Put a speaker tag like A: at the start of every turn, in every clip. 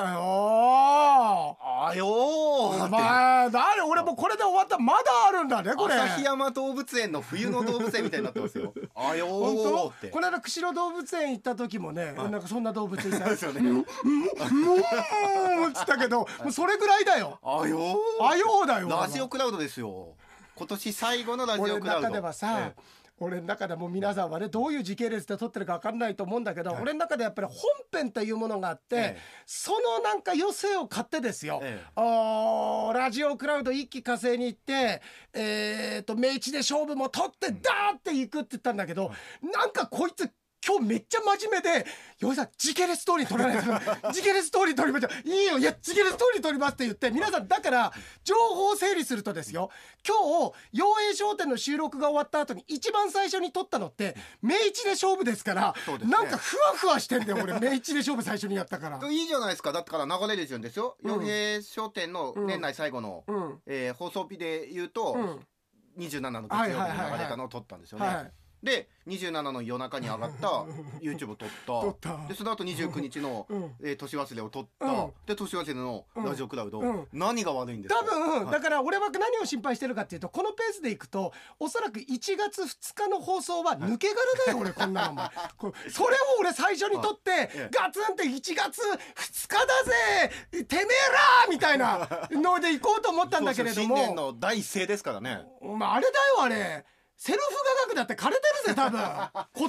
A: あよ
B: あよ
A: ーお
B: ーって
A: 前誰俺もうこれで終わったまだあるんだねこれ
B: 旭山動物園の冬の動物園みたいになって ますよあよー
A: 本
B: って
A: 当この間釧路動物園行った時もね、なんかそんな動物いた
B: そう
A: よ
B: ですよね
A: もうっつったけどもうそれぐらいだよ
B: あよ
A: あようだよ
B: ーラジオクラウドですよ今年最後のラジ
A: 俺
B: オ
A: の
B: クラウド
A: 中ではさ、
B: え
A: 俺の中でもう皆さんはねどういう時系列で撮ってるか分かんないと思うんだけど、俺の中でやっぱり本編というものがあって、
B: ええ
A: そのなんか余生を買ってですよ、
B: ええ
A: おーラジオクラウド一気火星に行ってえー、と明治で勝負も取ってダーって行くって言ったんだけど、なんかこいつ今日めっちゃ真面目で、よいさん、時系列通りに取らない と、時系列通りに取りましょう。いいよ、いや、時系列通りに取りますって言って、皆さん、だから、情報を整理するとですよ、今日、妖艶商店の収録が終わった後に、一番最初に取ったのって、明治で勝負ですから、
B: そうですね
A: なんかふわふわしてんだよ、 俺、明治で勝負最初にやったから
B: で。もいいじゃないですかだってから流れるんですよ
A: うん
B: 余平商店の年内最後の、
A: うん。
B: えー放送日で言うと、
A: うん。
B: 27の月曜日に流れたのを撮ったんですよね、
A: はい。
B: で27の夜中に上がった YouTube を撮った
A: 取った。
B: でその後29日の、
A: うん。
B: えー年忘れを撮った、
A: うん
B: で年忘れのラジオクラウド、
A: うん
B: 何が悪いんですか
A: 多分、
B: はい
A: だから俺は何を心配してるかっていうとこのペースでいくとおそらく1月2日の放送は抜け殻だよ、俺こんなのお 前こうそれを俺最初に撮って、
B: ええ
A: ガツンって1月2日だぜてめえらみたい なので行こうと思ったんだけれど
B: そうそう新年
A: も
B: の第一声ですからね
A: お前あれだよあれセルフ画学だって枯れてるぜ多分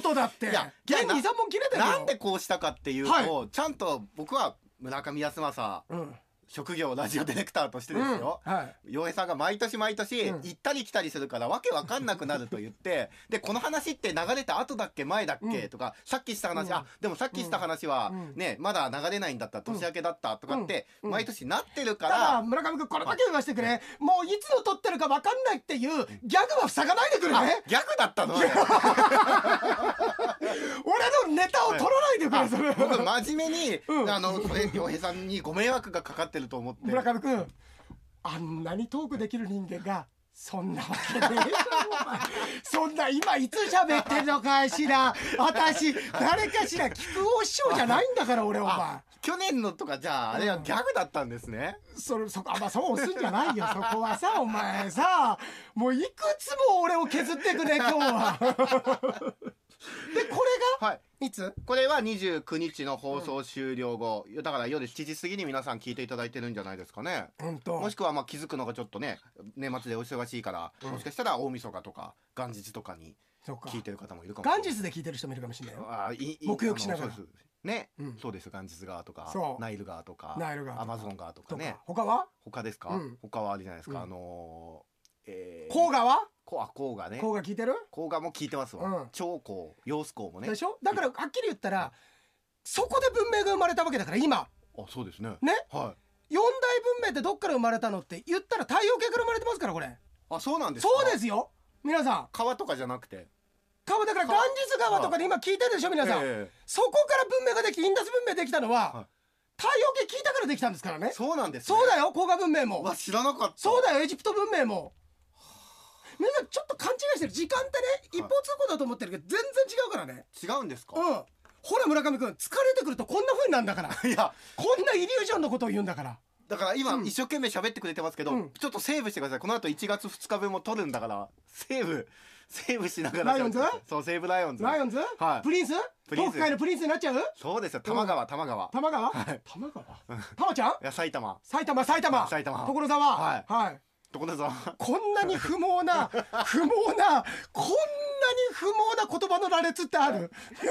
A: ことだって
B: いや
A: 現
B: いやな
A: に23本切れてるよ
B: なんでこうしたかっていうと、
A: は
B: ちゃんと僕は村上康政
A: うん
B: 職業ラジオディレクターとしてですよ、
A: うんはい
B: 洋平さんが毎年毎年
A: う
B: 行
A: ん
B: ったり来たりするからわけわかんなくなると言って、 で、この話って流れた後だっけ前だっけ、
A: うん
B: とか、さっきした話、
A: うん
B: あ、でもさっきした話は
A: うん
B: ね、まだ流れないんだった、年明けだったとかって、
A: うん
B: 毎年なってるか
A: ただ
B: ら、
A: 村上君これだけ言わしてくれ、もういつの撮ってるか分かんないっていうギャグは塞がないでくれ
B: あ
A: ね
B: ギャグだっ たの
A: 俺のネタを取らないでく
B: あ
A: れそれ、
B: 僕真面目に、
A: うん
B: あの、それ洋平さんにご迷惑がかかってると思って。
A: 村上君あんなにトークできる人間がそんなわけねえだろお前そんな今いつ喋ってんのかしら私誰かしら聞くお師匠じゃないんだから俺お前
B: あ去年のとかじゃあ、あれはギャグだったんですね。
A: それそこあまあそう押すんじゃないよそこはさお前さもういくつも俺を削ってくね今日 はでこれが
B: はい。
A: いつ
B: これは29日の放送終了後、だから夜7時過ぎに皆さん聞いていただいてるんじゃないですかね。
A: 本当
B: もしくはまあ気づくのがちょっとね年末でお忙しいから、もしかしたら大晦日とか元日とかに
A: そうか
B: 聞いてる方もいるかもしれない
A: 元日で聞いてる人もいるかもしれないよ
B: あーいい
A: 沐浴しながら
B: あのそうですね、
A: うん
B: そうです元日側とか
A: そう
B: ナイル側とか
A: ナイル川とか
B: アマゾン側と
A: とか、
B: かね
A: 他は
B: 他ですか、
A: うん
B: 他はあれじゃないですか、
A: うん
B: あのー、えー、
A: 甲賀は
B: こあ甲賀ね
A: 甲賀聞いてる
B: 甲賀も聞いてますわ、
A: うん
B: 長甲陽子甲もね
A: でしょだからはっきり言ったらそこで文明が生まれたわけだから今
B: あそうですね
A: ね
B: はい
A: 四大文明ってどっから生まれたのって言ったら太陽系から生まれてますからこれ
B: あそうなんですか
A: そうですすよ皆さん
B: 川とかじゃなくて
A: 川だから元
B: 川
A: 日川とかで今聞いてるでしょ皆さん、
B: え
A: そこから文明ができインダス文明できたのは、
B: はい
A: 太陽系聞いたからできたんですからね
B: えそうなんです、ね、
A: そうだ
B: よ
A: よ甲賀文明も
B: わ知らなかった
A: そうだよエジプト文明も皆さんちょっと勘違いしてる時間ってね一方通行だと思ってるけど全然違うからね
B: 違うんですか、
A: うんほら村上君疲れてくるとこんな風になるんだから
B: いや
A: こんなイリュージョンのことを言うんだから。
B: だから今
A: うん
B: 一生懸命喋ってくれてますけど、
A: うん
B: ちょっとセーブしてくださいこの後1月2日分も取るんだからセーブセーブしながら
A: ライオンズ
B: そうセーブライオンズ
A: ライオンズ、
B: はい
A: プリンス
B: プリンス
A: 東海のプリンスになっちゃう
B: そうですよ玉川玉川、い
A: 玉川、
B: はい
A: 玉川玉ちゃん
B: や埼玉
A: 埼玉、埼玉
B: 埼玉
A: 所沢
B: はい
A: はい。
B: 所沢
A: こんなに不毛な、不毛な、こんなに不毛な言葉の羅列ってある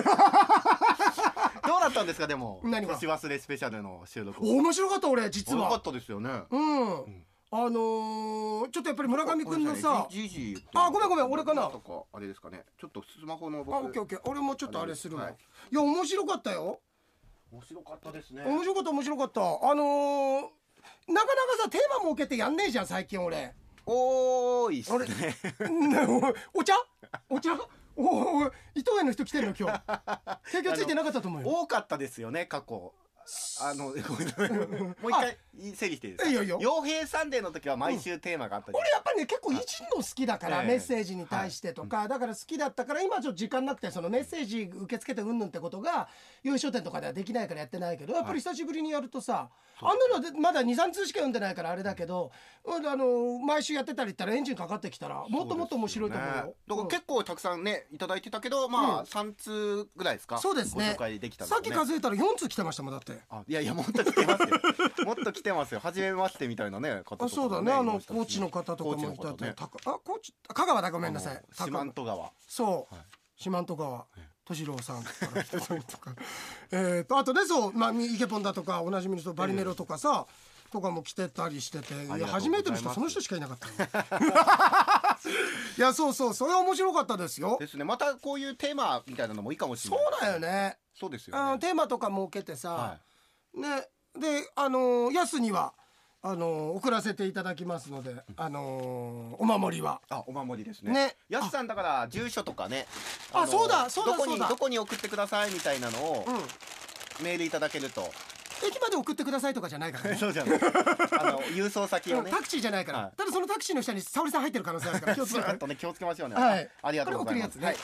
B: どうだったんですかでも
A: 何が
B: 年忘れスペシャルの収録
A: 面白かった俺、実
B: よかっ
A: は。
B: たですよね
A: うん。
B: ん
A: あのー、ちょっとやっぱり村上君のさ、
B: じじい
A: あごめんごめん俺かな
B: とかあれですかねちょっとスマホの僕
A: あ、オッケーオッケー。俺もちょっとあれするわ。
B: はい
A: い、や、面白かったよ。
B: 面白かったですね
A: 面白かった、面白かった。あのー、なかなかさ、テーマ設けてやんねえじゃん、最近俺。
B: おーいっすね
A: ねおお茶お茶おお伊藤園の人来てるの今日提供ついてなかったと思うよ
B: 多かったですよね過去あの、ごめんなさいもう一回整理していいですか
A: いいよいいよ
B: 傭兵サンデーの時は毎週テーマがあったじゃん
A: 俺やっぱりね結構いじんの好きだから、
B: ええ
A: メッセージに対してとか、だから好きだったから今ちょっと時間なくてそのメッセージ受け付けてうんぬんってことが優勝店とかではできないからやってないけどやっぱり久しぶりにやるとさ、あんなのでまだ23通しか読んでないからあれだけど、うんあの毎週やってたりったらエンジンかかってきたらもっともっと面白いと思うよ。
B: ねだから結構たくさんねいただいてたけど
A: う
B: まあ
A: ん
B: 3通ぐらいですか
A: そうです
B: ご
A: ね
B: 紹介できたの
A: さ
B: は
A: っき
B: ね
A: 数えたら4通来てましたもんだって。
B: あいやいやもっと来てますよもっと来てますよ初めましてみたいなね方とかも
A: あそうだねあ
B: い
A: の
B: ましたし
A: コーチの方とかもいた
B: コーチ
A: と、
B: の方ね
A: たかあコーチ香川だごめんなさい
B: あの四万十川
A: そう、
B: はい
A: 四万十川
B: ええ
A: 敏郎さんから来たりとか えーとあとねそう、まあ、みイケポンだとかおなじみの人バリネロとかさ、とかも来てたりしててい
B: あ
A: や
B: りがとうございます
A: 初めての人その人しかいなかったの いやそうそうそれは面白かったですよ
B: ですねまたこういうテーマみたいなのもいいかもしれ
A: そ
B: ないう
A: だよ
B: ね
A: ね
B: そうです
A: あ
B: よ
A: の
B: ね
A: テーマとか設けてさ、
B: は
A: ねであのーヤスにはあのー送らせていただきますので、あのーお守りはい
B: あお守りですね
A: ね
B: やすさんだから住所とかね
A: あ
B: の
A: そうだそうだ
B: どこ
A: そう
B: に
A: だ
B: どこに送ってくださいみたいなのを
A: うん
B: メールいただける と
A: 駅まで送ってくださいとかじゃないからね
B: そうじゃない あの郵送先を
A: うん
B: ね
A: タクシーじゃないから、
B: はい
A: ただそのタクシーの下に沙織さん入ってる可能性ある から気をつ
B: ち
A: け
B: ょ
A: て
B: っとね気をつけましょうね。
A: はい
B: ありがとうございます。
A: これ送るやつね
B: はい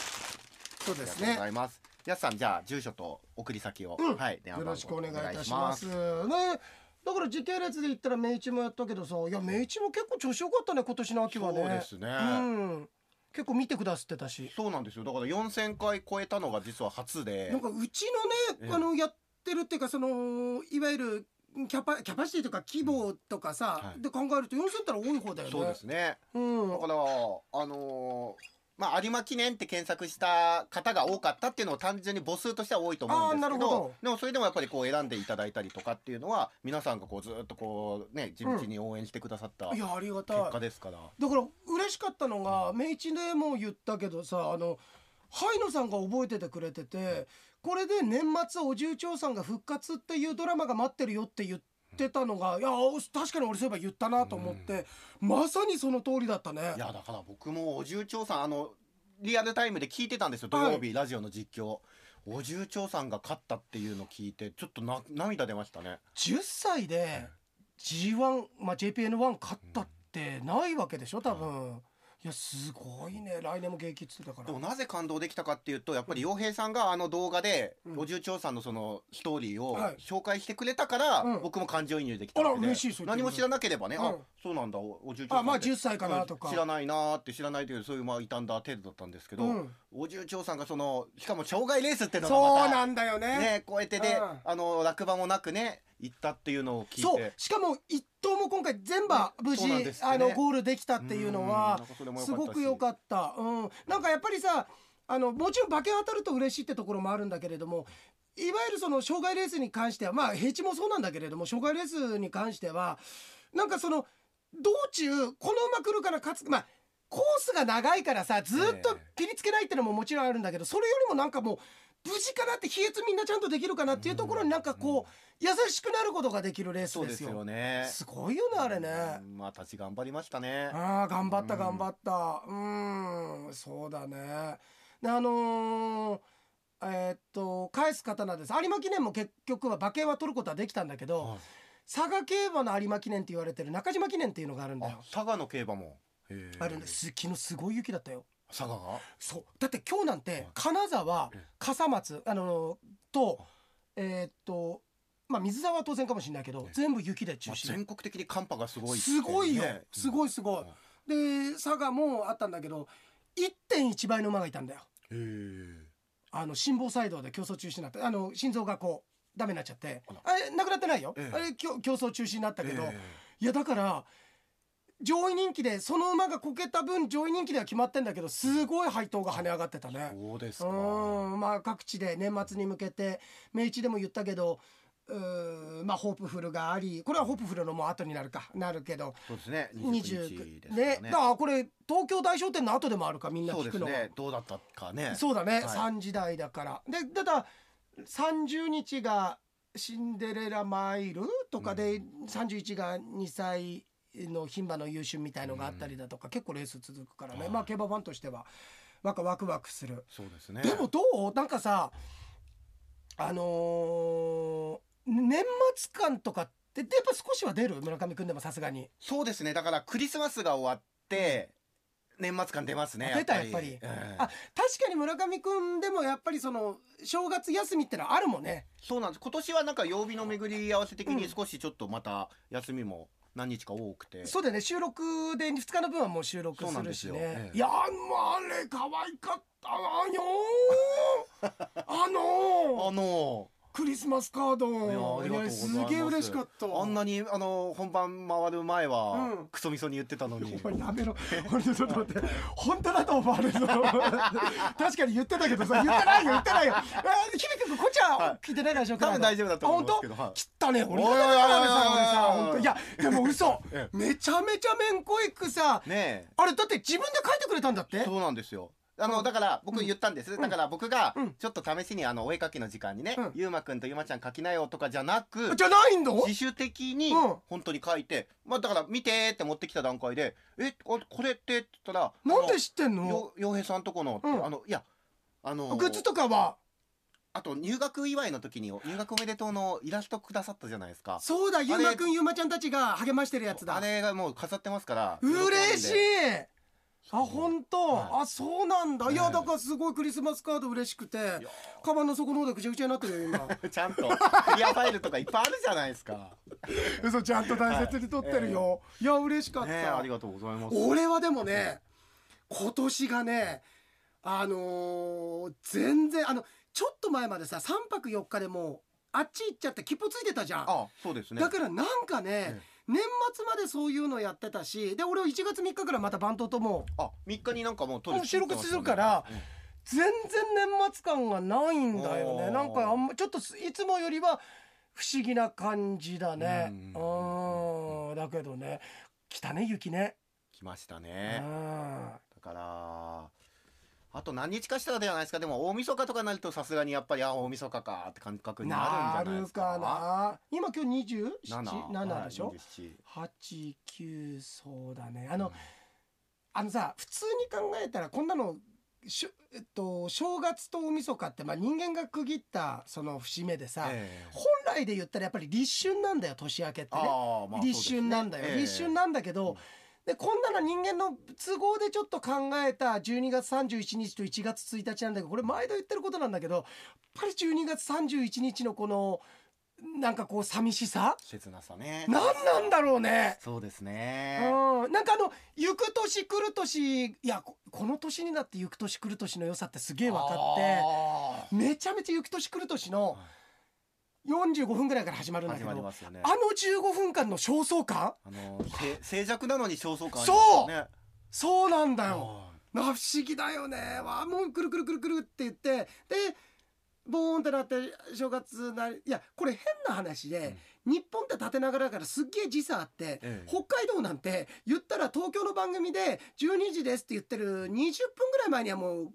A: そう
B: あ
A: で
B: り
A: す
B: がとうござ
A: ね
B: います。やすさんじゃあ住所と送り先を、
A: うん
B: はい電話
A: よ
B: 番号
A: ろしくお願いいたします。ねだから時系列で言ったら明治もやったけどさいや明治も結構調子良かったね今年の秋はね
B: そうですね
A: うん、結構見てくださってたし
B: そうなんですよ。だから4000回超えたのが実は初で
A: なん、かうちの
B: え
A: ね
B: え
A: あのやってるっていうかそのいわゆるキャパキャパシティとか規模とかさ、
B: はい
A: で考えると4000ったら多い方だよね。
B: そうですね。
A: うん
B: だからあのーまあ、有馬記念って検索した方が多かったっていうのを単純に母数としては多いと思うんです
A: あーな
B: け
A: る
B: ど
A: ほど
B: でもそれでもやっぱりこう選んでいただいたりとかっていうのは皆さんがこうずっとこうね地道に応援してくださった
A: い
B: 結
A: やありがたい。
B: 果ですから、
A: だから嬉しかったのが明治でも言ったけどさあのハイノさんが覚えててくれててこれで年末お重長さんが復活っていうドラマが待ってるよって言ってたのがいや確かに俺そういえば言ったなと思って、まさにその通りだったね
B: いやだから僕もお重長さんあのリアルタイムで聞いてたんですよ土曜日、ラジオの実況お重長さんが勝ったっていうのを聞いてちょっとな涙出ましたね
A: 10歳で G1、まあ、JPN1 勝ったってないわけでしょ多分、いやすごいね来年も現役っつってたから
B: でもなぜ感動できたかっていうとやっぱり洋平さんがあの動画で
A: うん
B: お重長さんのそのストーリーを
A: はい
B: 紹介してくれたから、
A: うん
B: 僕も感情移入できたわけ
A: あら
B: で
A: 嬉しいそれ
B: 何も知らなければね、
A: う
B: あ
A: ん
B: そうなんだおお重長さん
A: あまあ
B: って
A: 10歳かなとか、
B: うん知らないなーって知らないというそういうまあいたんだ程度だったんですけど、
A: うん
B: お重長さんがそのしかも障害レースってのがまた
A: そうなんだよ
B: ね、こうやってで、
A: うん
B: あの落馬もなくね行ったっていうのを聞いて
A: そうしかも一頭も今回全部無事、
B: そうなんですってね
A: あのゴールできたっていうのはすごく良か
B: っ
A: った、うん、なんかやっぱりさあのもちろん馬券当たると嬉しいってところもあるんだけれどもいわゆるその障害レースに関してはまあ平地もそうなんだけれども障害レースに関してはなんかその道中この馬来るから勝つまあコースが長いからさずっとピリつけないってのももちろんあるんだけどそれよりもなんかもう無事かなって飛越みんなちゃんとできるかなっていうところになんかこう優しくなることができるレース
B: そう
A: で
B: ですす
A: よ
B: よ。ね
A: すごいよねあれね。
B: うんまあ立ち頑張りましたね
A: ああ頑張った
B: うん
A: 頑張ったうんそうだねであのーえーっと返す刀です有馬記念も結局は馬券は取ることはできたんだけど、
B: はい
A: 佐賀競馬の有馬記念って言われてる中島記念っていうのがあるんだ
B: あ
A: よ
B: 佐賀の競馬もへー
A: あるんです昨日すごい雪だったよ
B: 佐賀が
A: そうだって今日なんて
B: い
A: 金沢
B: ええ
A: 笠松あのーとえーっとまあ水沢は当然かもしれないけど
B: ええ
A: 全部雪で中
B: まあ
A: 止
B: 全国的に寒波がすごいってう
A: す
B: ね
A: ごいよ
B: うん
A: すごいすごいで佐賀もあったんだけど1.1倍の馬がいたんだよ
B: へー
A: あの心房細動で競争中止になってあの心臓がこうダメになっちゃって
B: あら
A: あれなくなってないよ、
B: ええ
A: あれ競競争中止になったけど、
B: へー
A: いやだから上位人気でその馬がこけた分上位人気では決まってんだけどすごい配当が跳ね上がってたね。
B: そうですか
A: うんまあ各地で年末に向けて明治でも言ったけどうーまあホープフルがありこれはホープフルのもう後になるかなるけど
B: そうですね29
A: 29
B: 日です
A: ね
B: ね
A: だからこれ東京大商店の後でもあるかみんな
B: そう
A: 聞
B: で
A: く
B: す
A: のが
B: ねどうだったかね
A: そうだね、
B: はい
A: 3時台だからでただ30日がシンデレラマイルとかで、31が2歳の牝馬の優秀みたいのがあったりだとか、結構レース続くからね、
B: はい
A: まあ競馬ファンとしてはなんかワクワクする
B: そうですね
A: でもどうなんかさあのー年末感とかってでやっぱ少しは出る村上君でもさすがに
B: そうですねだからクリスマスが終わって、年末感出ますね
A: あ出たやっぱ
B: うん
A: あ確かに村上君でもやっぱりその正月休みってのはあるもんね
B: そうなんです今年はなんか曜日の巡り合わせ的
A: う
B: に
A: ん
B: 少しちょっとまた休みも何日か多くて、
A: そうだよね収録で2日の分はもう収録するし
B: そうなんですよ
A: ね
B: ええ
A: いやーまああれ可愛かったわよ ーあのー
B: あの
A: クリスマスカー
B: いや
A: ド
B: ーありがとうございます
A: すげえ嬉しかった
B: あんなにあの本番回る前は、
A: うん
B: クソみそに言ってたのに
A: お前やめろ俺ちょっと待って本当だと思われるぞ 確かに言ってたけどさ言ってないよ言ってないよえー響くんこっちは聞いてないでしょうか
B: 多分大丈夫だと思うんですけど
A: あ本
B: はい
A: 当切ったね俺
B: おいおいおいおいおい
A: 俺さ俺さ本当いやでも嘘
B: え
A: めちゃめちゃめんこいくさ
B: ね
A: あれだって自分で書いてくれたんだって
B: えそうなんですよあのだから僕言ったんです、だから僕が
A: うん
B: ちょっと試しにあのお絵描きの時間にね、
A: うん
B: ゆうまくんとゆうまちゃん描きなよとかじゃなく、
A: じゃないんだ
B: 自主的に
A: うん
B: 本当に書いて、まあだから見てって持ってきた段階で「えここれって?」って言ったら「
A: なんで知ってんの
B: よ洋平さんとこの」って
A: うん
B: あのいやあの
A: グッズとかは
B: あと入学祝いの時に入学おめでとうのイラストくださったじゃないですか
A: そうだゆうまくんゆうまちゃんたちが励ましてるやつだ
B: あれがもう飾ってますから
A: 嬉しい
B: い
A: あ本当、
B: はい
A: あそうなんだいや
B: はい
A: だからすごいクリスマスカード嬉しくてカバンの底の方でぐちゃぐちゃになってるよ今
B: ちゃんとクリアファイルとかいっぱいあるじゃないですか
A: 嘘ちゃんと大切に取ってるよ、いや嬉しかった、
B: ねえありがとうございます
A: 俺はでもね今年がねあのー全然あのちょっと前までさ3泊4日でもうあっち行っちゃって切符ついてたじゃん、
B: あそうですね
A: だからなんかね、
B: ええ
A: 年末までそういうのやってたしで俺は1月3日からまた番頭とも
B: あ3日になんかもう撮る
A: もう収録するから
B: うん
A: 全然年末感がないんだよ
B: お
A: ね
B: ー
A: なんかあんまちょっとすいつもよりは不思議な感じだねう
B: うん
A: だけどね来たね雪ね
B: 来ました
A: う
B: ね
A: ん
B: だからあと何日かしたらではないですかでも大晦日とかになるとさすがにやっぱりあ大晦日かって感覚になるんじゃないですか
A: な今今日
B: 七
A: 27でし
B: は
A: ょ
B: い27
A: 89そうだねあの
B: うん
A: あのさ普通に考えたらこんなのしょ、えっと、正月と大晦日って、まあ、人間が区切ったその節目でさ、
B: ええ
A: 本来で言ったらやっぱり立春なんだよ年明けってね。
B: ああまあそうで
A: 立
B: すね
A: 春なんだよ、
B: ええ
A: 立春なんだけど、でこんなの人間の都合でちょっと考えた12月31日と1月1日なんだけどこれ毎度言ってることなんだけどやっぱり12月31日のこのなんかこう寂しさ
B: 切なさね
A: 何なんだろうね。
B: そうです
A: う
B: ね
A: ん、なんかあの行く年来る年いやここの年になって行く年来る年の良さってすげえ分かって
B: あ
A: めちゃめちゃ行く年来る年の
B: は
A: 45分ぐらいから始まる
B: ー
A: んだけ
B: 始
A: ど
B: まり
A: あの
B: ますよね
A: 15分間の焦燥感
B: あのせ静寂なのに焦燥感あります
A: そう
B: よね
A: そうなんだよ
B: は
A: な不思議だよねわあもうくるくるくるくるって言ってでボーンってなって正月なりいやこれ変な話で、日本って縦長だからすっげえ時差あって、
B: ええ
A: 北海道なんて言ったら東京の番組で12時ですって言ってる20分ぐらい前にはもう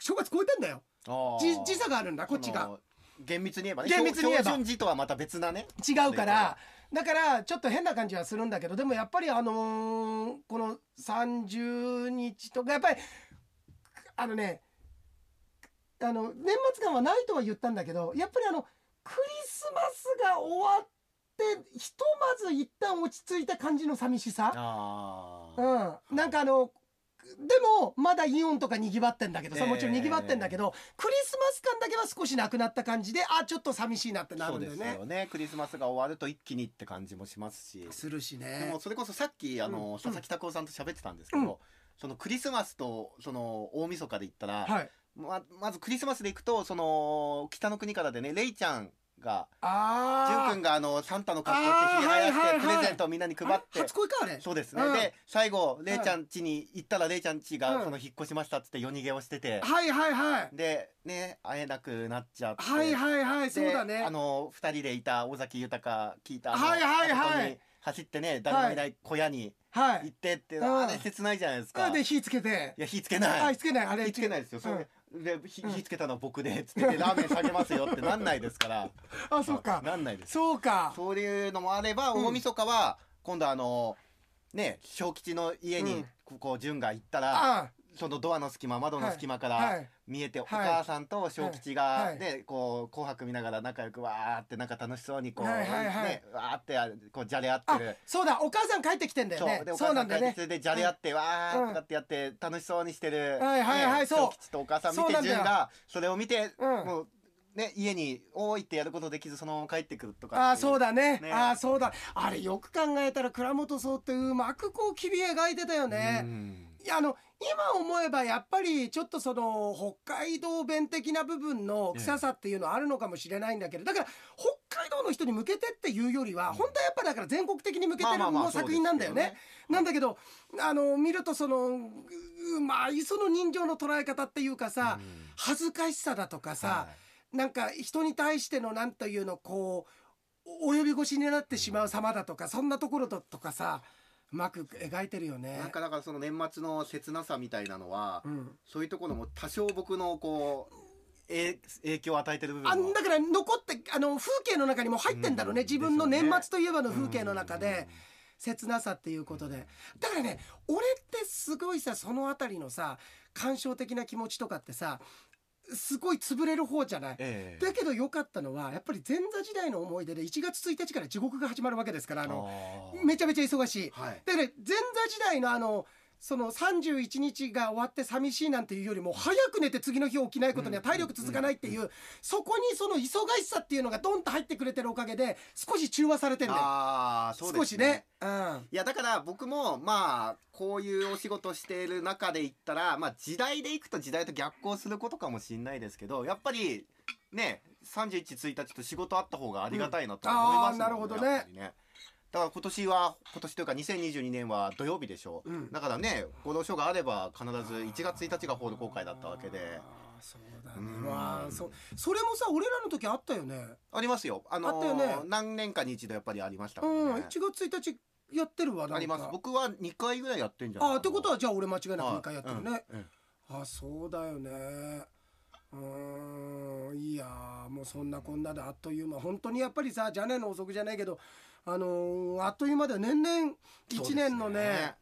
A: 正月超えてんだよ
B: いあー
A: じ時差があるんだこっち
B: あ
A: が
B: の厳密に言えばね
A: 厳密に言えば
B: 標準時とはまた別なね
A: 違うからだからちょっと変な感じはするんだけどでもやっぱりあのーこの30日とかやっぱりあのねあの年末感はないとは言ったんだけどやっぱりあのクリスマスが終わってひとまず一旦落ち着いた感じの寂しさ、
B: ああ
A: うん、なんかあのでもまだイオンとかにぎわってんだけどさ
B: ええ
A: もちろんにぎわってんだけど、クリスマス感だけは少しなくなった感じであちょっと寂しいなってなるんだよ
B: そうで
A: ね
B: す。よねクリスマスが終わると一気にって感じもしますし
A: するしね
B: でもそれこそさっきあの、
A: うん
B: 佐々木拓夫さんと喋ってたんですけど、
A: うん
B: そのクリスマスとその大晦日で言ったら、
A: はい、
B: ままずクリスマスで行くとその北の国からでねレイちゃんが
A: あ
B: 潤
A: あ
B: くんがあのサンタの格好してひげ生やし
A: あーはいはい
B: て
A: はい
B: プレゼントをみんなに配っ
A: あれ
B: て
A: 初。恋かあれ
B: そうですね、
A: うん
B: で最後レイちゃん家に行ったらレイちゃん家
A: うん
B: がその引っ越しましたっつって夜逃げをしてて、
A: はいはいはい
B: でね会えなくなっちゃって、
A: はいはいはい
B: で
A: そうだね
B: あの二人でいた尾崎豊聞いたあの
A: はいはいはい
B: あそこに走ってね誰もいない小屋に
A: は
B: 行っ
A: い
B: てって、
A: うん
B: あれ切ないじゃないです
A: それ
B: か、
A: で
B: い
A: 火つけて
B: や火つけない、
A: あつけないあれ
B: 火つけないですよ、それで火
A: うん
B: 火つけたのは僕でつっててラーメン下げますよってなんないですから
A: あ そうか
B: なんないです
A: そうか
B: そういうのもあれば
A: うん
B: 大晦日は今度あのね小吉の家
A: う
B: に
A: ん
B: ここう潤が行ったら、
A: あ
B: そのドアの隙間窓の隙間から
A: い
B: 見えて、
A: い
B: お母さんと小吉が、
A: はい
B: ねこう紅白見ながら仲良くわーってなんか楽しそうにこう、
A: はいはいはい
B: ねわーってあこうじゃれ合って
A: あ
B: る。
A: そうだお母さん帰ってきてんだよね
B: でお
A: そう
B: 母
A: な
B: さ
A: ん
B: ん
A: だ
B: が
A: よね
B: それでじゃれ合って、わ
A: う
B: ー
A: ん
B: とかってやって楽しそうにしてる、
A: はいはいはい
B: ね
A: そう
B: 小吉とお母さん見
A: そうな
B: て
A: んだよ
B: 純がそれを見て、
A: うん
B: もうね家に「おーい」ってやることできずそのまま帰ってくるとか
A: ああそう
B: だ
A: だね
B: ね
A: ああそうだあれよく考えたら倉本壮ってうまくこう切り描いてたよね、いやあの今思えばやっぱりちょっとその北海道弁的な部分の臭さっていうのはあるのかもしれないんだけどだから北海道の人に向けてっていうよりは
B: うん
A: 本当はやっぱだから全国的に向けてる
B: まあまあま
A: も
B: あ
A: う作品なんだよね。なんだけどあの見るとそのううまいその人情の捉え方っていうかさ恥ずかしさだとかさなんか人に対してのなんというのこうお及び腰になってしまう様だとかそんなところだとかさうまく描いてるよね。
B: なんかだからその年末の切なさみたいなのは、
A: うん
B: そういうところも多少僕のこうえ影響を与えてる部分
A: あ
B: も
A: だから残ってあの風景の中にも入ってんだろうね、
B: うん
A: 自分の
B: です
A: 年
B: よね
A: 末といえばの風景の中で切なさっていうことでだからね俺ってすごいさその辺りのさ感傷的な気持ちとかってさすごい潰れる方じゃない。
B: ええ
A: だけど良かったのはやっぱり前座時代の思い出で1月1日から地獄が始まるわけですからあの
B: あー
A: めちゃめちゃ忙しい。
B: はい
A: だから前座時代のあのその31日が終わって寂しいなんていうよりも早く寝て次の日起きないことには体力続かないっていうそこにその忙しさっていうのがドンと入ってくれてるおかげで少し中和されてんだよ
B: あーそうです
A: 少しねうん
B: いやだから僕もまあこういうお仕事している中で言ったらまあ時代でいくと時代と逆行することかもしれないですけどやっぱりね31日と仕事あった方がありがたいなとは思いますもん
A: うんあーなるほどね
B: やっぱりだから今年は今年というか2022年は土曜日でしょう、
A: うん
B: だからねご同書があれば必ず1月1日がホール公開だったわけで
A: あーそうだ
B: う
A: ね
B: ん
A: まあそそれもさ俺らの時あったよね
B: ありますよあのー
A: あったよね
B: 何年かに一度やっぱりありました
A: う
B: から
A: ん
B: ね
A: 1月1日やってるわなんか
B: あります
A: あ
B: 僕は2回ぐらいやってんじゃない
A: ーってこと
B: は
A: はじゃあ俺間違いなく2回やってるね、
B: うんうん
A: あそうだよねうーんいやーもうそんなこんなであっという間本当にやっぱりさじゃねえの遅くじゃねえけどあのーあっという間で年々1年のね
B: そうですね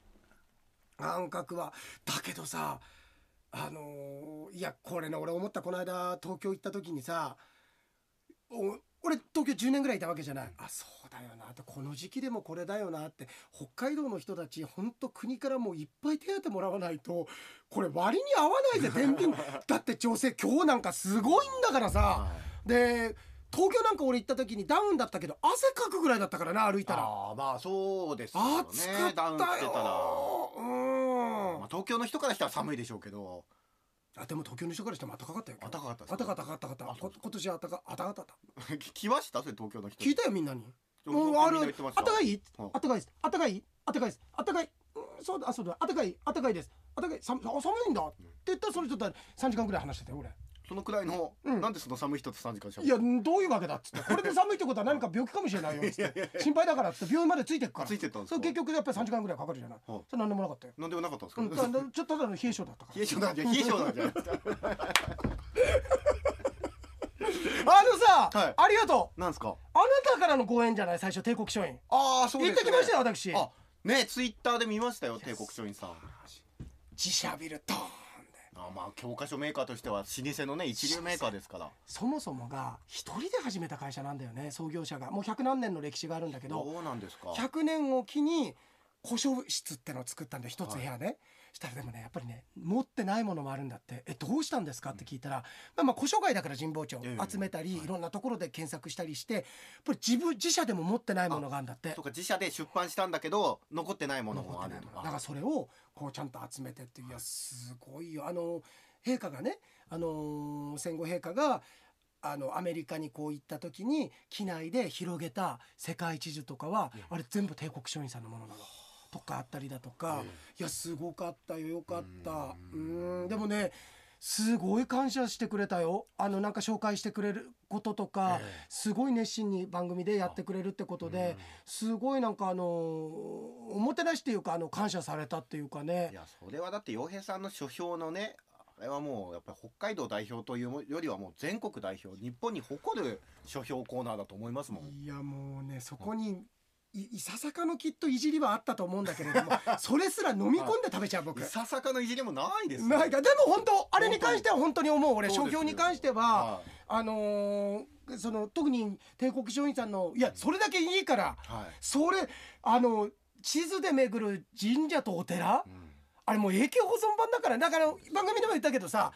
A: 感覚はだけどさあのーいやこれね俺思ったこの間東京行った時にさお俺東京10年ぐらいいたわけじゃない、あそうだよなってこの時期でもこれだよなって北海道の人たち本当国からもういっぱい手当もらわないとこれ割に合わない ぜ天秤だって女性今日なんかすごいんだからさ
B: はい
A: で東京なんか俺行った時にダウンだったけど汗かくぐらいだったからな歩いたら
B: ああまあそうですよね
A: 暑かった
B: ダ
A: よ
B: ウンしてたら、
A: うん
B: まあ、東京の人からしたら寒いでしょうけど
A: あでも東京の人からしても暖かかったよ。今日
B: 暖かかったです
A: 暖かかった暖かか
B: あ
A: った。
B: そ
A: こ
B: うです
A: 今年は暖か暖かかった。
B: 来ましたそれ東京の人
A: 聞いたよみんなに。う
B: 東京みん
A: ん
B: な
A: ある。
B: 言
A: 暖
B: ってました
A: かい？
B: うん
A: 暖かいです。暖かい？暖かいです。暖かい。うんそうだあそうだ。暖かい暖かいです。暖かい寒あ寒いんだって言ったらそれちょっと三時間ぐらい話してたよ俺。
B: そのくらいの、
A: うん
B: なんでその寒い人と3時間しゃべ
A: いやどういうわけだっつって。これで寒いってことは何か病気かもしれないよっつって。心配だからっつって病院までついてくから。
B: ついてったんです
A: そ
B: か
A: う結局やっぱり三時間ぐらいかかるじゃない。
B: うん
A: それなんでもなかったよ。
B: なんでもなかったんですか、
A: うん、ただちょっとただの冷え性だったから
B: 冷。え性なんじゃ冷え性なんじゃないですか
A: あのさ、
B: はい
A: ありがとう。
B: なんですか
A: あなたからのご縁じゃない最初帝国書院。
B: ああそう
A: 行
B: で
A: って
B: す
A: き
B: ね
A: ましたよ私
B: あねツイッターで見ましたよ帝国書院さん
A: 自社ビルドーンで
B: あまあ教科書メーカーとしては老舗のね一流メーカーですから
A: そもそもが一人で始めた会社なんだよね創業者がもう100何年の歴史があるんだけど
B: どうなんですか
A: 100年を機に古書室ってのを作ったんで一つ部屋ね、したらでもねやっぱりね持ってないものもあるんだってえどうしたんですかって聞いたら、まあまあ古書街だから神保町
B: ええ
A: 集めたり、いろんなところで検索したりしてやっぱり自分自社でも持ってないものがあるんだって
B: とか自社で出版したんだけど残ってないもの
A: 残
B: も
A: っ
B: あ
A: て
B: る
A: ない
B: と
A: もの
B: か
A: だからそれをこうちゃんと集めてっていういやすごいよあの陛下がね、あのー戦後陛下があのアメリカにこう行った時に機内で広げた世界地図とかは、あれ全部帝国書院さんのものなの。とかあったりだとか、
B: ええ
A: いやすごかったよよかったう
B: うん
A: でもねすごい感謝してくれたよあのなんか紹介してくれることとか、
B: ええ
A: すごい熱心に番組でやってくれるってことで、すごいなんかあのおもてなしっていうかあの感謝されたっていうかね
B: いやそれはだって洋平さんの書評のねあれはもうやっぱり北海道代表というよりはもう全国代表日本に誇る書評コーナーだと思いますもん
A: いやもうねそこにいいささかのきっといじりはあったと思うんだけれど もそれすら飲み込んで食べちゃう僕
B: いささかのいじりもないですね
A: なんかでも本当あれに関しては本当に思う俺
B: そう
A: 書
B: ですよ
A: 評に関しては
B: はい
A: あのーその特に帝国商品さんのいやそれだけいいから
B: はい
A: それあの地図で巡る神社とお寺
B: うん
A: あれもう永久保存版だからだから番組でも言ったけどさ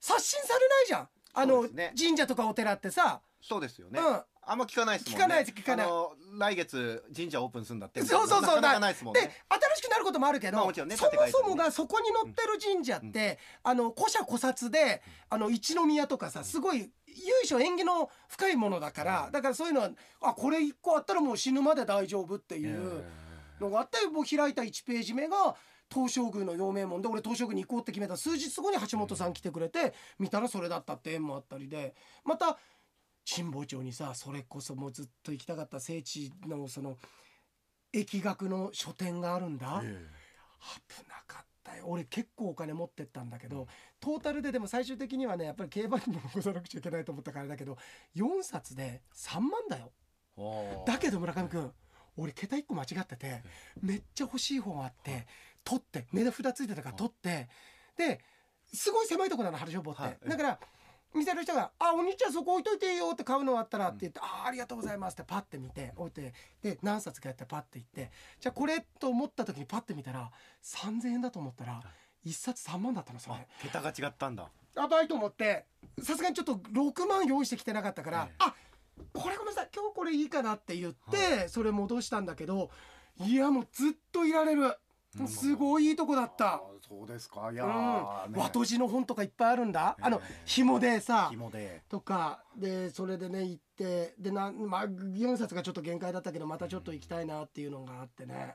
A: 刷新されないじゃんあ
B: そ
A: の、
B: うですね
A: 神社とかお寺ってさ、
B: そうですよね
A: うん
B: あんま聞かないですもんね
A: 聞かないです聞かない
B: あの来月神社オープンするんだって
A: そうそうそう
B: なかなかないですもん
A: で
B: ね
A: 新しくなることもあるけど、
B: まあもちろんね
A: そも
B: 建て替えてもね
A: そもがそこに載ってる神社って、あの古社古刹であの一宮とかさすごい由緒縁起の深いものだから、だからそういうのはあこれ一個あったらもう死ぬまで大丈夫ってい
B: え
A: うのがあってもう開いた1ページ目が東照宮の陽明門で俺東照宮に行こうって決めた数日後に橋本さん来てくれて見たらそれだったって縁もあったりでまた神保町にさそれこそもうずっと行きたかった聖地のその疫学の書店があるんだ。
B: え
A: 危なかったよ俺結構お金持ってったんだけどトータルででも最終的にはねやっぱり競馬にも残さなくちゃいけないと思ったからあれだけど4冊で3万だよ
B: おー
A: だけど村上君俺桁1個間違っててめっちゃ欲しい本あって取って値段札ついてたから取ってですごい狭いとこなの春消防っ
B: はい
A: てだから店の人が「あお兄ちゃんそこ置いといていいよ」って買うのあったらって言って「ああありがとうございます」ってパッて見て置いてで何冊かやってパッて行ってじゃあこれと思った時にパッて見たら3,000円だと思ったら1冊3万だったのそ
B: あ
A: れ。
B: 桁が違ったんだ
A: やばいと思ってさすがにちょっと6万用意してきてなかったから、
B: ええ
A: あこれごめんなさい今日これいいかなって言って、それ戻したんだけどいやもうずっといられる
B: うん
A: すごいいいとこだった、
B: あーそうですかい
A: うん
B: やーね
A: 和とじの本とかいっぱいあるんだ、あの
B: ええ
A: 紐でさ
B: 紐で
A: とかでそれでね行ってでな、まあ、4冊がちょっと限界だったけどまたちょっと行きたいなっていうのがあってね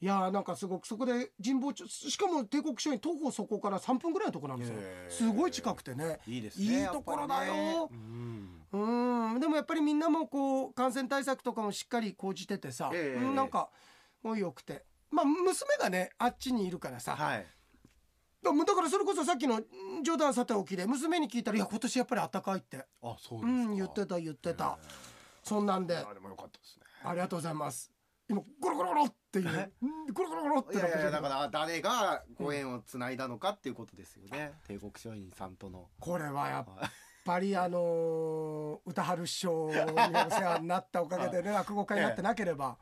A: いやーなんかすごくそこで神保町しかも帝国書院徒歩そこから3分ぐらいのとこなんですよ
B: へー
A: すごい近くてね
B: いいです
A: い
B: ね
A: いところだよ
B: やっぱりねうん
A: うんでもやっぱりみんなもこう感染対策とかもしっかり講じててさ、
B: ええ
A: うんなんかすごい良くてまあ娘がねあっちにいるからさ、
B: はい
A: だだからそれこそさっきのん冗談さておきで娘に聞いたら「いや今年やっぱりあったかい」って
B: あそう
A: う
B: ですか
A: ん言ってた言ってた
B: え
A: そんなん
B: え
A: で
B: あでもよかったですね
A: ありがとうございます今ゴロゴロゴロっていう
B: え
A: うんゴロゴロゴロって
B: いやいやだ
A: なん
B: か
A: から
B: 誰がご縁をつないだのかっていうことですよね、帝国商人さんとの
A: これはやっ
B: はい
A: ぱりあのー歌春師匠にお世話になったおかげでね落語家になってなければ。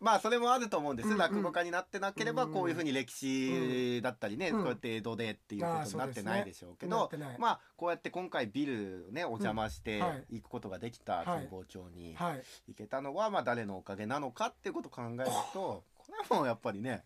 B: まあそれもあると思うんです、
A: うんうん
B: 落語家になってなければこういうふうに歴史だったりね、
A: うん
B: こうやって江戸でっていうこ
A: ああ
B: とに
A: そう
B: な
A: で
B: っ
A: すね
B: てないでし ょうけ
A: な
B: ど
A: ってない
B: まあこうやって今回ビルねお邪魔して
A: うんはい
B: 行くことができた
A: はい
B: 神保町に
A: はい
B: 行けたのはまあ誰のおかげなのかっていうことを考える とこれはもうやっぱりね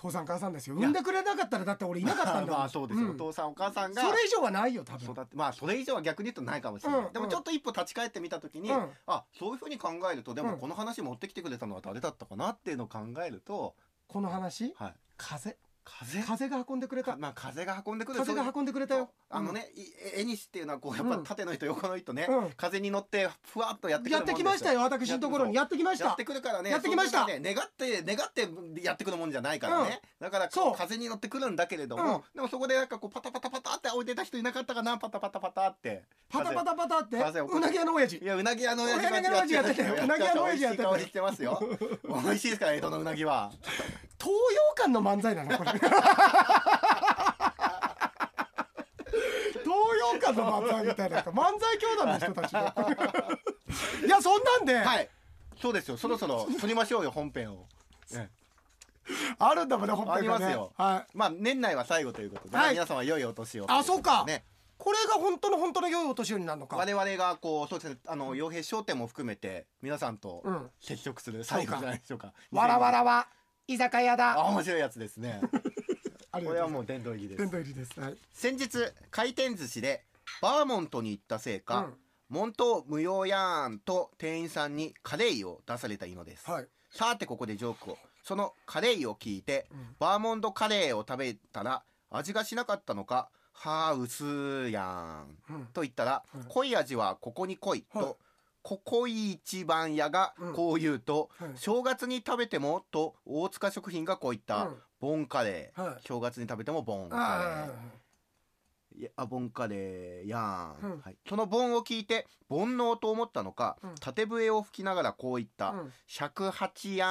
A: 父さん母さんですよ産んでくれなかったらだって俺いなかったんだもん、
B: まあそうですよ、
A: ん
B: お父さんお母さんが
A: それ以上はないよ多分
B: 育ってまあそれ以上は逆に言うとないかもしれない、
A: うん
B: でもちょっと一歩立ち返ってみた時に、
A: うん
B: あそういうふうに考えるとで
A: う
B: も
A: ん
B: この話持ってきてくれたのは誰だったかなっていうのを考えると、
A: この話
B: はい、
A: 風
B: 風
A: 風が運んでくれた
B: まあ風が運んでくる
A: 風が運んでくれたよ
B: あのね、い絵にしっていうのはこうやっぱ縦の糸横の糸ね、
A: うん
B: 風に乗ってふわっとやっ
A: う
B: て
A: ん
B: くる
A: や
B: も
A: っ
B: んで
A: て
B: すよ
A: きましたよ私のところにやってきまし
B: やったてくるからね
A: やってきました
B: そんなね願って願ってやってくるもんじゃないからね、だから
A: そ
B: こ
A: う
B: う風に乗ってくるんだけれども、
A: うん
B: でもそこでなんかこうパタパタパタって置いてた人いなかったかなパタパタパタって
A: パタパタパタって
B: 風
A: うなぎ屋の親父
B: いやうなぎ屋の親
A: うなぎ屋の親父やってたようなぎ屋の親父やってたよ
B: 美味しい香りしてますよ 美味しいですから江戸のうなぎは
A: 東洋館の漫才なのこれ東洋館の漫才みたいな漫才教団の人たちが いやそんなんで、
B: はいそうですよそろそろ撮りましょうよ本 編を、ええ
A: あるんだもんね本
B: あ
A: 編
B: り
A: が
B: ま
A: ね
B: すよ
A: はい
B: まあ年内は最後ということで、
A: はい
B: 皆様良いお年を
A: あそうか
B: ね
A: これが本当の本当の良いお年寄りなのか
B: 我々がこうそうですねあの傭兵商店も含めて皆さんと
A: うん
B: 接触する最後じゃないでしょうか
A: わらわらは居酒屋だ
B: あ面白いやつですね
A: あり
B: こ
A: がとうご
B: れは
A: ざいます
B: もう殿堂入りで
A: 殿
B: す
A: 堂入りですはい
B: 先日回転寿司でバーモントに行ったせいか、
A: うん
B: モント無用やーんと店員さんにカレイを出されたいのです、
A: はい
B: さてここでジョークをそのカレイを聞いて、
A: うん
B: バーモントカレーを食べたら味がしなかったのか「はあ薄ーやん」
A: うん
B: と言ったら、
A: はい
B: 濃い味はここに濃い」と、
A: はい
B: ここ一番屋がこう言うと、
A: はい
B: 正月に食べてもと大塚食品がこう言った、
A: うん
B: ボンカレー、
A: はい
B: 正月に食べてもボンカレー
A: ああ
B: いやあ盆カレーやん、
C: うん
B: はい、その盆を聞いて煩悩と思ったのか、
C: うん
B: 縦笛を吹きながらこう言った
C: うん
B: 「尺八や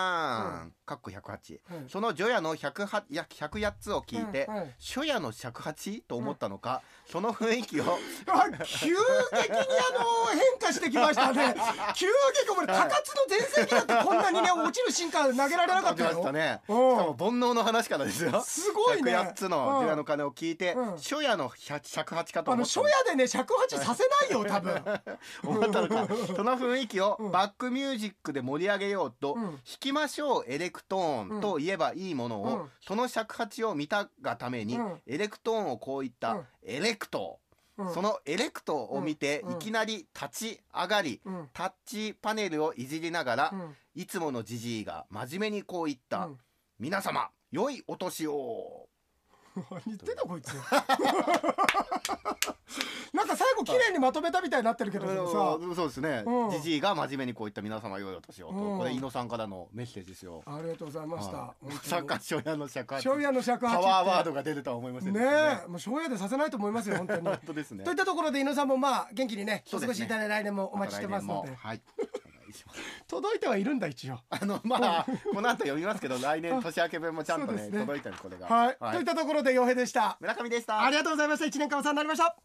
B: ん」かっこ108
C: うん
B: その除夜の108いや108つを聞いて、
C: うんうん
B: 初夜の尺八と思ったのか、その雰囲気を
A: あ急激にあの変化してきました ね急激これ高津の全盛期だってこんなにね落ちる進化投げられなか
B: 感
A: った
B: じました
A: よ、
B: ねしか
A: うん
B: も煩悩の話からですよ
A: すごいね
B: 108つの除夜の鐘を聞いて、
C: うん
B: 初夜の尺八かと
A: あ
B: 思
A: の
B: っ
A: 初
B: た
A: 夜でね尺八させないよ多分
B: 思ったのかその雰囲気を
C: うん
B: バックミュージックで盛り上げようと「
C: うん
B: 弾きましょうエレクトーン」と言えばいいものを、
C: うん
B: その尺八を見たがために、
C: うん
B: エレクトーンをこういった「
C: うん
B: エレクトー」
C: うん
B: そのエレクトーを見て、
C: うん
B: いきなり立ち上がり、
C: うん
B: タッチパネルをいじりながら、
C: うん
B: いつものじじいが真面目にこう言った「
C: うん
B: 皆様良いお年を」
A: 何言ってんだこいつなんか最後綺麗にまとめたみたいになってるけどさ
B: うんそうですね
C: うん
B: じじいが真面目にこう言った「皆様良いお年を」と
C: うん
B: これ井野さんからのメッセージですよ。
A: ありがとうございました
B: はいまさか初夜の尺八
A: 初夜の尺八
B: パ
A: って
B: ワーワードが出るとは思いません
A: ね
B: でした
A: えもう庄屋でさせないと思いますよ本当に
B: 本当ですね
A: といったところで井野さんもまあ元気にね
B: そ
A: お
B: う
A: 過
B: ですね
A: ごしいただいて来年もお待ちしてますの
B: また来年も
A: で
B: はいお願いします
A: 届いてはいるんだ一応
B: あのまあこの後読みますけど来年年明け分もちゃんと
A: そうで
B: ね
A: すね
B: 届いたりこれが
A: はい、といったところで洋平でした
B: 村上でした
A: ありがとうございました一年間お世話になりました